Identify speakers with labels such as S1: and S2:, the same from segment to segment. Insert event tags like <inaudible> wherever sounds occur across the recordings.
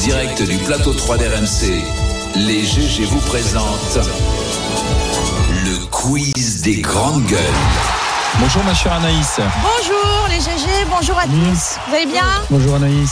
S1: direct du plateau 3 d'RMC, les GG vous présentent le quiz des grandes gueules.
S2: Bonjour ma chère Anaïs.
S3: Bonjour les GG, bonjour à
S4: Mm.
S3: tous. Vous allez bien
S5: Bonjour Anaïs.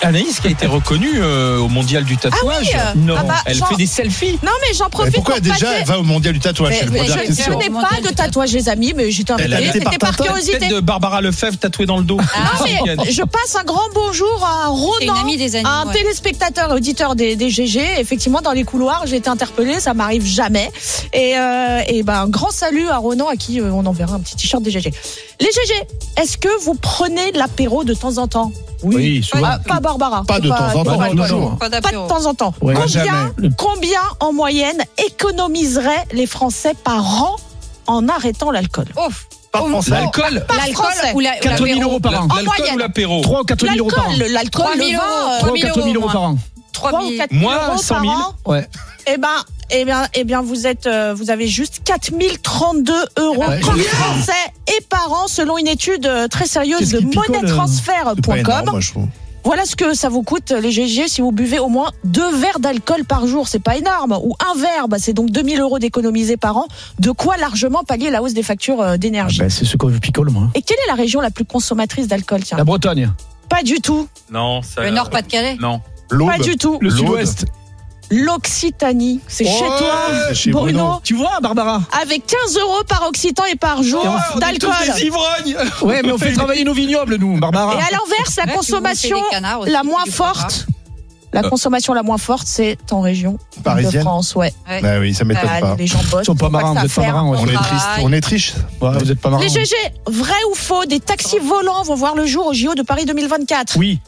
S2: Anaïs qui a été reconnue euh, au mondial du tatouage.
S3: Ah oui, euh, ah bah,
S2: Elle
S3: genre-
S2: fait des selfies.
S3: Non mais j'en
S4: Mais
S3: profite
S4: pourquoi
S3: pour
S4: déjà
S3: passer-
S4: elle va au mondial du tatouage
S3: Mais-
S4: C'est la
S3: mais
S4: première
S3: je, je
S4: question.
S3: n'ai pas de tatouage les amis, mais j'étais
S2: Elle a
S3: invitée,
S2: été
S4: par
S3: c'était par
S2: Tintin,
S3: curiosité.
S2: tête de Barbara Lefebvre tatouée dans le dos.
S3: Non, mais je passe un grand bonjour à
S6: C'est une
S3: Ronan,
S6: amie des animaux,
S3: un
S6: ouais.
S3: téléspectateur, auditeur des, des GG. Effectivement, dans les couloirs, j'ai été interpellée, ça m'arrive jamais. Et, euh, et ben, un grand salut à Ronan, à qui euh, on enverra un petit t-shirt des GG. Les GG, est-ce que vous prenez de l'apéro de temps en temps
S4: Oui, souvent.
S3: Ah, Pas Barbara.
S4: Pas de temps en
S3: pas
S4: temps,
S3: alcool.
S4: toujours.
S6: Pas
S3: Pas de
S6: d'apéro.
S3: temps en temps.
S5: Ouais.
S4: Pas
S3: combien,
S4: jamais.
S3: combien en moyenne économiseraient les Français par an en arrêtant l'alcool
S6: Ouf.
S4: Pas français.
S2: L'alcool
S3: Par
S6: L'alcool
S3: Français.
S6: ou la- ou
S5: 4 000
S6: l'apéro.
S5: euros par an.
S3: En
S2: L'alcool
S3: moyenne.
S2: ou l'apéro
S5: 3 ou 4 000 euros par an.
S3: L'alcool, l'alcool,
S6: 3
S3: le
S6: 000
S3: vin, euh,
S6: 3
S5: 3 ou 4 000 euros par an.
S3: 3
S6: 3
S3: ou
S6: 000.
S3: 4 000
S2: Moi,
S3: euros
S2: 100
S3: par
S2: 000.
S3: an.
S5: Ouais.
S3: Eh ben, eh ben, eh bien, vous êtes, euh, vous avez juste 4032 euros
S5: Ouais.
S3: par
S5: Combien
S3: Français et par an, selon une étude euh, très sérieuse
S5: Qu'est-ce
S3: de
S5: qui picole, euh,
S4: C'est pas
S5: Ah
S4: énorme,
S3: moneytransfert.com.
S4: Ah, moi, je trouve.
S3: Voilà ce que ça vous coûte, les GG, si vous buvez au moins deux verres d'alcool par jour. C'est pas énorme. Ou un verre, bah, c'est donc 2000 euros d'économiser par an. De quoi largement pallier la hausse des factures euh, d'énergie.
S5: Ah, ben, c'est ce que je picole, moi.
S3: Et quelle est la région la plus consommatrice d'alcool, tiens
S5: La Bretagne.
S3: Pas du tout.
S2: Non, ça.
S6: Le Nord Pas-de-Calais.
S2: Non.
S4: L'aube.
S3: Pas du tout.
S5: Le
S4: L'Aude.
S5: sud-ouest.
S3: L'Occitanie. C'est
S4: Ouais,
S3: chez toi,
S4: chez
S3: Bruno.
S4: Bruno.
S5: Tu vois, Barbara
S3: Avec 15 euros par Occitan et par jour
S5: Ouais,
S3: d'alcool.
S2: Des ivrognes.
S5: <laughs> Ouais, mais on <laughs> fait travailler nos vignobles, nous,
S3: Et
S5: Barbara.
S3: à l'inverse, la
S6: Ouais, tu
S3: consommation
S6: bouffes des canards aussi,
S3: la
S6: tu
S3: moins
S6: bouffes pas.
S3: forte. La consommation la moins forte, c'est en région de
S4: Parisienne.
S3: France, ouais.
S6: Ouais.
S4: Bah oui, ça m'étonne
S3: Ah,
S4: pas.
S3: les gens bossent.
S5: Ils sont pas
S3: ils ont
S5: marrants,
S3: que ça
S5: vous
S3: à
S5: êtes pas
S3: faire.
S5: marrants. ouais.
S4: Ah, On est
S6: travaille.
S4: triste, on est triste.
S5: Ouais, Vous êtes pas marrants.
S3: Les GG, vrai ou faux, des taxis volants vont voir le jour au JO de Paris 2024.
S5: Oui,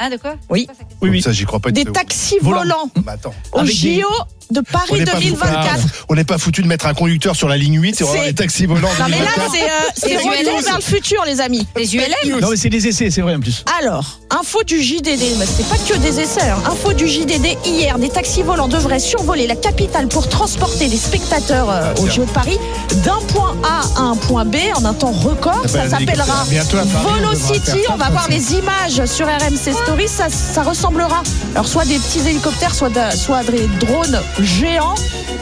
S6: Hein, de quoi
S3: Oui.
S5: oui, oui.
S4: Ça, j'y crois pas.
S3: Des
S4: c'est-
S3: taxis
S5: Volants.
S3: volants
S4: Bah, attends.
S3: au
S5: Avec des-
S3: JO de
S4: On
S3: Paris
S4: n'est pas, foutu-
S3: 2024.
S4: on n'est pas foutu de mettre un conducteur sur la ligne 8 et on va avoir
S3: C'est-
S4: les taxis volants.
S3: Non mais là,
S4: 2024.
S3: c'est euh, c'est
S6: Et du
S3: retour
S6: LM.
S3: vers le futur, les amis.
S6: Les ULM
S5: Non, mais c'est des essais, c'est vrai en plus.
S3: Alors, info du JDD, mais c'est pas que des essais. hein. Info du JDD hier, des taxis volants devraient survoler la capitale pour transporter les spectateurs euh,
S4: Ah,
S3: au
S4: tiens.
S3: JO de Paris d'un point A à un point B en un temps record.
S4: Eh ben,
S3: Ça s'appellera
S4: bientôt à Paris, on devra faire
S3: Volocity.
S4: ça,
S3: On va
S4: ça,
S3: voir
S4: ça.
S3: les images sur RMC Story. Ça, ça ressemblera. Alors, soit des petits hélicoptères, soit, de- soit des drones géants.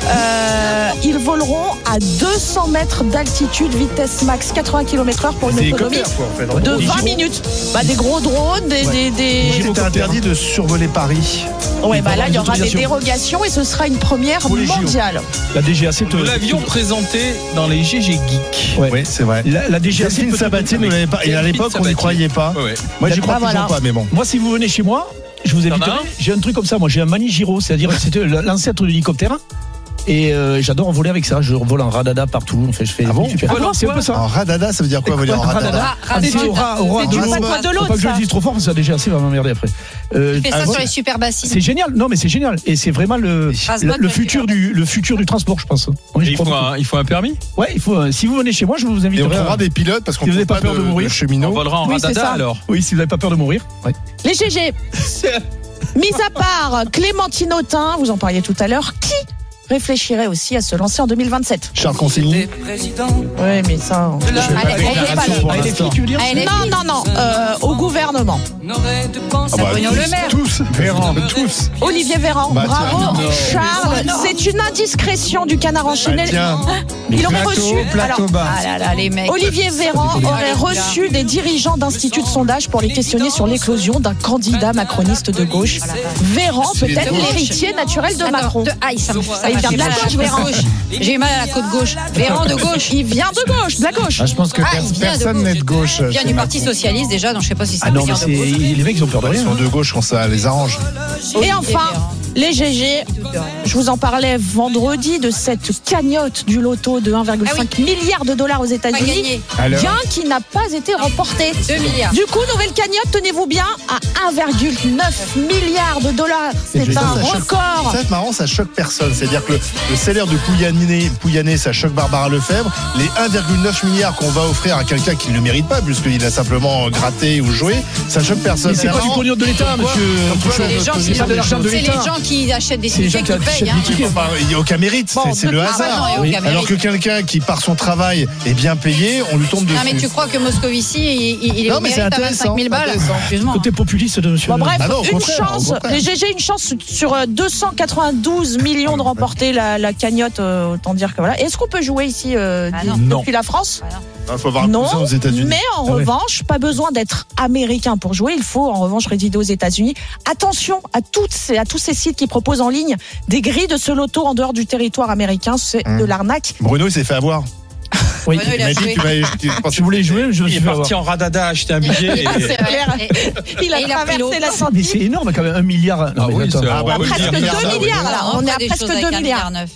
S3: Euh, ils voleront à 200 mètres d'altitude, vitesse max 80 km/h pour une
S4: Des
S3: autonomie
S4: hélicoptères, quoi, en fait.
S3: de
S4: Des
S3: 20
S4: giros.
S3: minutes. Bah, des gros drones, des. des, des-
S4: Ouais, C'est interdit de survoler Paris.
S3: Ouais,
S5: Il
S3: bah
S5: faut
S3: là, il
S5: avoir
S3: y
S5: des
S3: aura des
S5: autorisations.
S3: dérogations et ce sera une première
S5: Pour les JO.
S3: mondiale.
S5: La DGAC te.
S2: Nous l'avions présenté dans les GG Geek.
S5: euh, Ouais.
S4: Oui, c'est vrai.
S5: La, la DGAC.
S4: Delphine
S5: peut te
S4: Sabatier nous l'avait pas. Et à
S2: Delphine
S4: l'époque, on
S2: Sabatier.
S4: n'y croyait pas.
S2: Ouais, ouais.
S4: Moi, j'y crois
S3: Bah, voilà.
S4: toujours pas, mais bon.
S5: Moi, si vous venez chez moi, je vous
S2: T'en as
S5: invite.
S2: un
S5: J'ai un truc comme ça, moi, j'ai un Mani Giro, <laughs> c'est-à-dire que c'était l'ancêtre de l'hélicoptère. Et euh, j'adore voler avec ça. Je vole en radada partout. En fait, je fais
S4: Ah bon
S5: je fais-
S2: Tu voles en
S5: c'est un
S2: quoi
S5: peu ça.
S4: En radada, ça veut dire quoi voler en radada
S6: Ra- ra-
S5: Ah, C'est
S6: ra-
S5: au rat, au
S6: ra-
S5: rat,
S6: c'est
S5: au
S6: du
S5: rat.
S6: rat-
S3: pas de
S5: Faut
S3: l'autre,
S5: pas que je
S3: ça.
S5: le dise trop fort parce que ça déjà assez va m'emmerder après. Euh,
S6: Tu fais ça
S5: ah,
S6: sur
S5: ouais.
S6: les super bassines.
S5: c'est génial, non mais c'est génial et c'est vraiment le
S6: Rasbot,
S5: le, le
S6: ouais,
S5: futur
S6: tu
S5: du le futur du transport, je pense. Ouais,
S2: Et
S5: je
S2: il,
S5: crois
S2: faut
S5: beaucoup.
S2: un, il faut un permis
S5: Ouais, il faut. euh, si vous venez chez moi, je vous
S4: Et on
S5: inviterai.
S4: trouvera
S5: à-
S4: des pilotes parce qu'on
S5: Si
S4: ne
S5: vous
S4: trouve
S5: n'avez
S4: pas,
S5: pas peur
S4: de,
S5: de mourir.
S2: On
S4: cheminots.
S2: volera en
S3: Oui, c'est
S2: radada
S3: ça.
S2: alors.
S5: Oui, si vous n'avez pas peur de mourir. Ouais.
S2: Bah,
S3: Les <laughs> GG, mis à part Clémentine Autain, vous en parliez tout à l'heure, qui réfléchirait aussi à se lancer en 2027
S4: Charles
S3: Oui,
S4: Consigny.
S3: mais ça. on-
S6: Allez,
S3: Elle est pas là.
S4: Pour
S5: Ah, elle est
S4: l'instant.
S5: fille, tu veux dire
S6: Allez,
S3: Non, non, non, euh, au gouvernement.
S4: Ah bah,
S6: Bruno
S4: tous,
S6: Le Maire.
S4: Tous, Véran, tous.
S3: Olivier Véran,
S4: Bah,
S3: bravo
S4: tiens.
S3: Charles, c'est une indiscrétion du canard enchaîné.
S4: Bah, tiens.
S3: Ils l'ont
S4: Plateau,
S3: reçu.
S4: plateau
S3: Alors,
S4: bas.
S6: Ah là là, les mecs.
S3: Olivier Véran aurait reçu des dirigeants d'instituts de sondage pour les questionner sur l'éclosion d'un candidat macroniste de gauche. Véran, peut-être
S6: De gauche.
S3: l'héritier naturel de
S6: Attends,
S3: Macron.
S6: de- Ah, il- ça me ça
S3: Il
S6: m'a
S3: vient
S6: fait
S3: de la
S6: mal à
S3: gauche,
S6: la
S3: Véran.
S6: côte gauche. J'ai eu mal à la côte gauche. Véran de gauche.
S3: Il vient de gauche, de la gauche.
S4: Ah, je pense que
S6: Ah,
S4: pers-
S6: il vient de
S4: personne
S6: gauche.
S4: n'est de gauche.
S6: Il vient
S4: chez
S6: du
S4: Macron.
S6: Parti Socialiste déjà, donc je sais pas si c'est
S5: Ah
S6: un
S5: non, mais
S6: délire
S5: c'est-
S6: de gauche.
S5: les mecs ils ont peur de
S4: Ils
S5: rien.
S4: sont de gauche quand ça les arrange.
S3: Et enfin, les GG. Je vous en parlais vendredi de cette cagnotte du loto de 1,5
S6: Ah
S3: milliard de dollars aux
S6: Pas
S3: États-Unis.
S6: gagné.
S4: Alors
S3: Gain qui n'a pas été remporté.
S6: 2 milliards.
S3: Du coup, nouvelle cagnotte, tenez-vous bien, à 1,9 milliard de dollars. C'est
S4: je vais
S3: un
S4: dire, ça choque-
S3: record.
S4: Ça, c'est marrant, ça choque personne. C'est-à-dire que le, le salaire de Pouyanné, Pouyanné, ça choque Barbara Lefebvre. Les 1,9 milliards qu'on va offrir à quelqu'un qui ne le mérite pas, puisqu'il a simplement gratté ou joué, ça choque personne.
S5: Mais c'est pas du
S4: marrant.
S5: pognon de l'État,
S4: Comme quoi-
S5: monsieur
S4: comme quoi,
S5: Pouchon.
S4: notre
S6: Les gens qui
S4: position
S5: pas de l'argent de
S6: c'est les
S5: l'État.
S6: gens qui achètent des
S5: C'est les gens
S6: tickets qui
S5: qui achètent
S6: payent.
S5: des
S6: hein.
S5: tickets.
S4: Enfin, Il n'y a aucun mérite,
S3: Bon,
S4: c'est- c'est le
S3: ah bah
S4: hasard.
S6: non, il y a
S5: Oui.
S6: aucun mérite.
S4: Alors que quelqu'un qui, par son travail, est bien payé, on lui tombe dessus.
S6: Non, mais tu crois que Moscovici, il, il- il est
S4: Non,
S6: au
S4: mais
S6: mérite
S4: c'est
S6: à
S4: intéressant,
S6: 25 000 balles
S4: intéressant.
S6: Excuse-moi.
S5: Côté populiste de monsieur.
S3: Bon,
S5: Le
S3: bref,
S4: Bah non, au
S3: une
S4: contraire, au
S3: chance.
S4: contraire.
S3: Les GG, une chance sur euh, 292
S4: Ah,
S3: millions de remporter la, la cagnotte. euh, autant dire que voilà. Est-ce qu'on peut jouer ici euh,
S6: Ah
S3: d-
S6: non.
S5: Non.
S3: depuis la France
S4: Il Ah, faut avoir un
S3: Non,
S4: cousin aux États-Unis.
S3: Mais en
S5: Ah ouais.
S3: revanche, pas besoin d'être américain pour jouer. Il faut en revanche résider aux États-Unis. Attention à toutes ces, à tous ces sites qui proposent en ligne des grilles de ce loto en dehors du territoire américain. C'est
S4: Mmh.
S3: de l'arnaque.
S4: Bruno, il s'est fait avoir.
S5: Oui.
S6: Bruno, il
S4: Il
S6: a
S4: m'a dit
S6: joué.
S4: qu'il m'a- qu'il pensait-
S5: Tu voulais jouer, je me
S2: Il
S5: suis
S2: est
S5: fait avoir.
S2: parti en radada acheter un <laughs> billet. et-
S6: C'est clair.
S3: Il a
S6: Et il a pris l'eau.
S3: traversé la
S5: Ah, Mais
S3: Sandy.
S5: c'est énorme quand même, un milliard. Non,
S2: Ah
S5: mais
S2: oui,
S5: attends.
S2: c'est-
S4: Ah bah
S2: on peut
S4: oui,
S2: le
S3: presque
S2: dire.
S4: milliard,
S3: 2
S4: oui.
S3: milliards là.
S6: On
S3: On est
S6: fera
S3: à
S6: des
S3: presque
S6: choses avec
S3: 2
S6: un
S3: milliards.
S6: milliard neuf.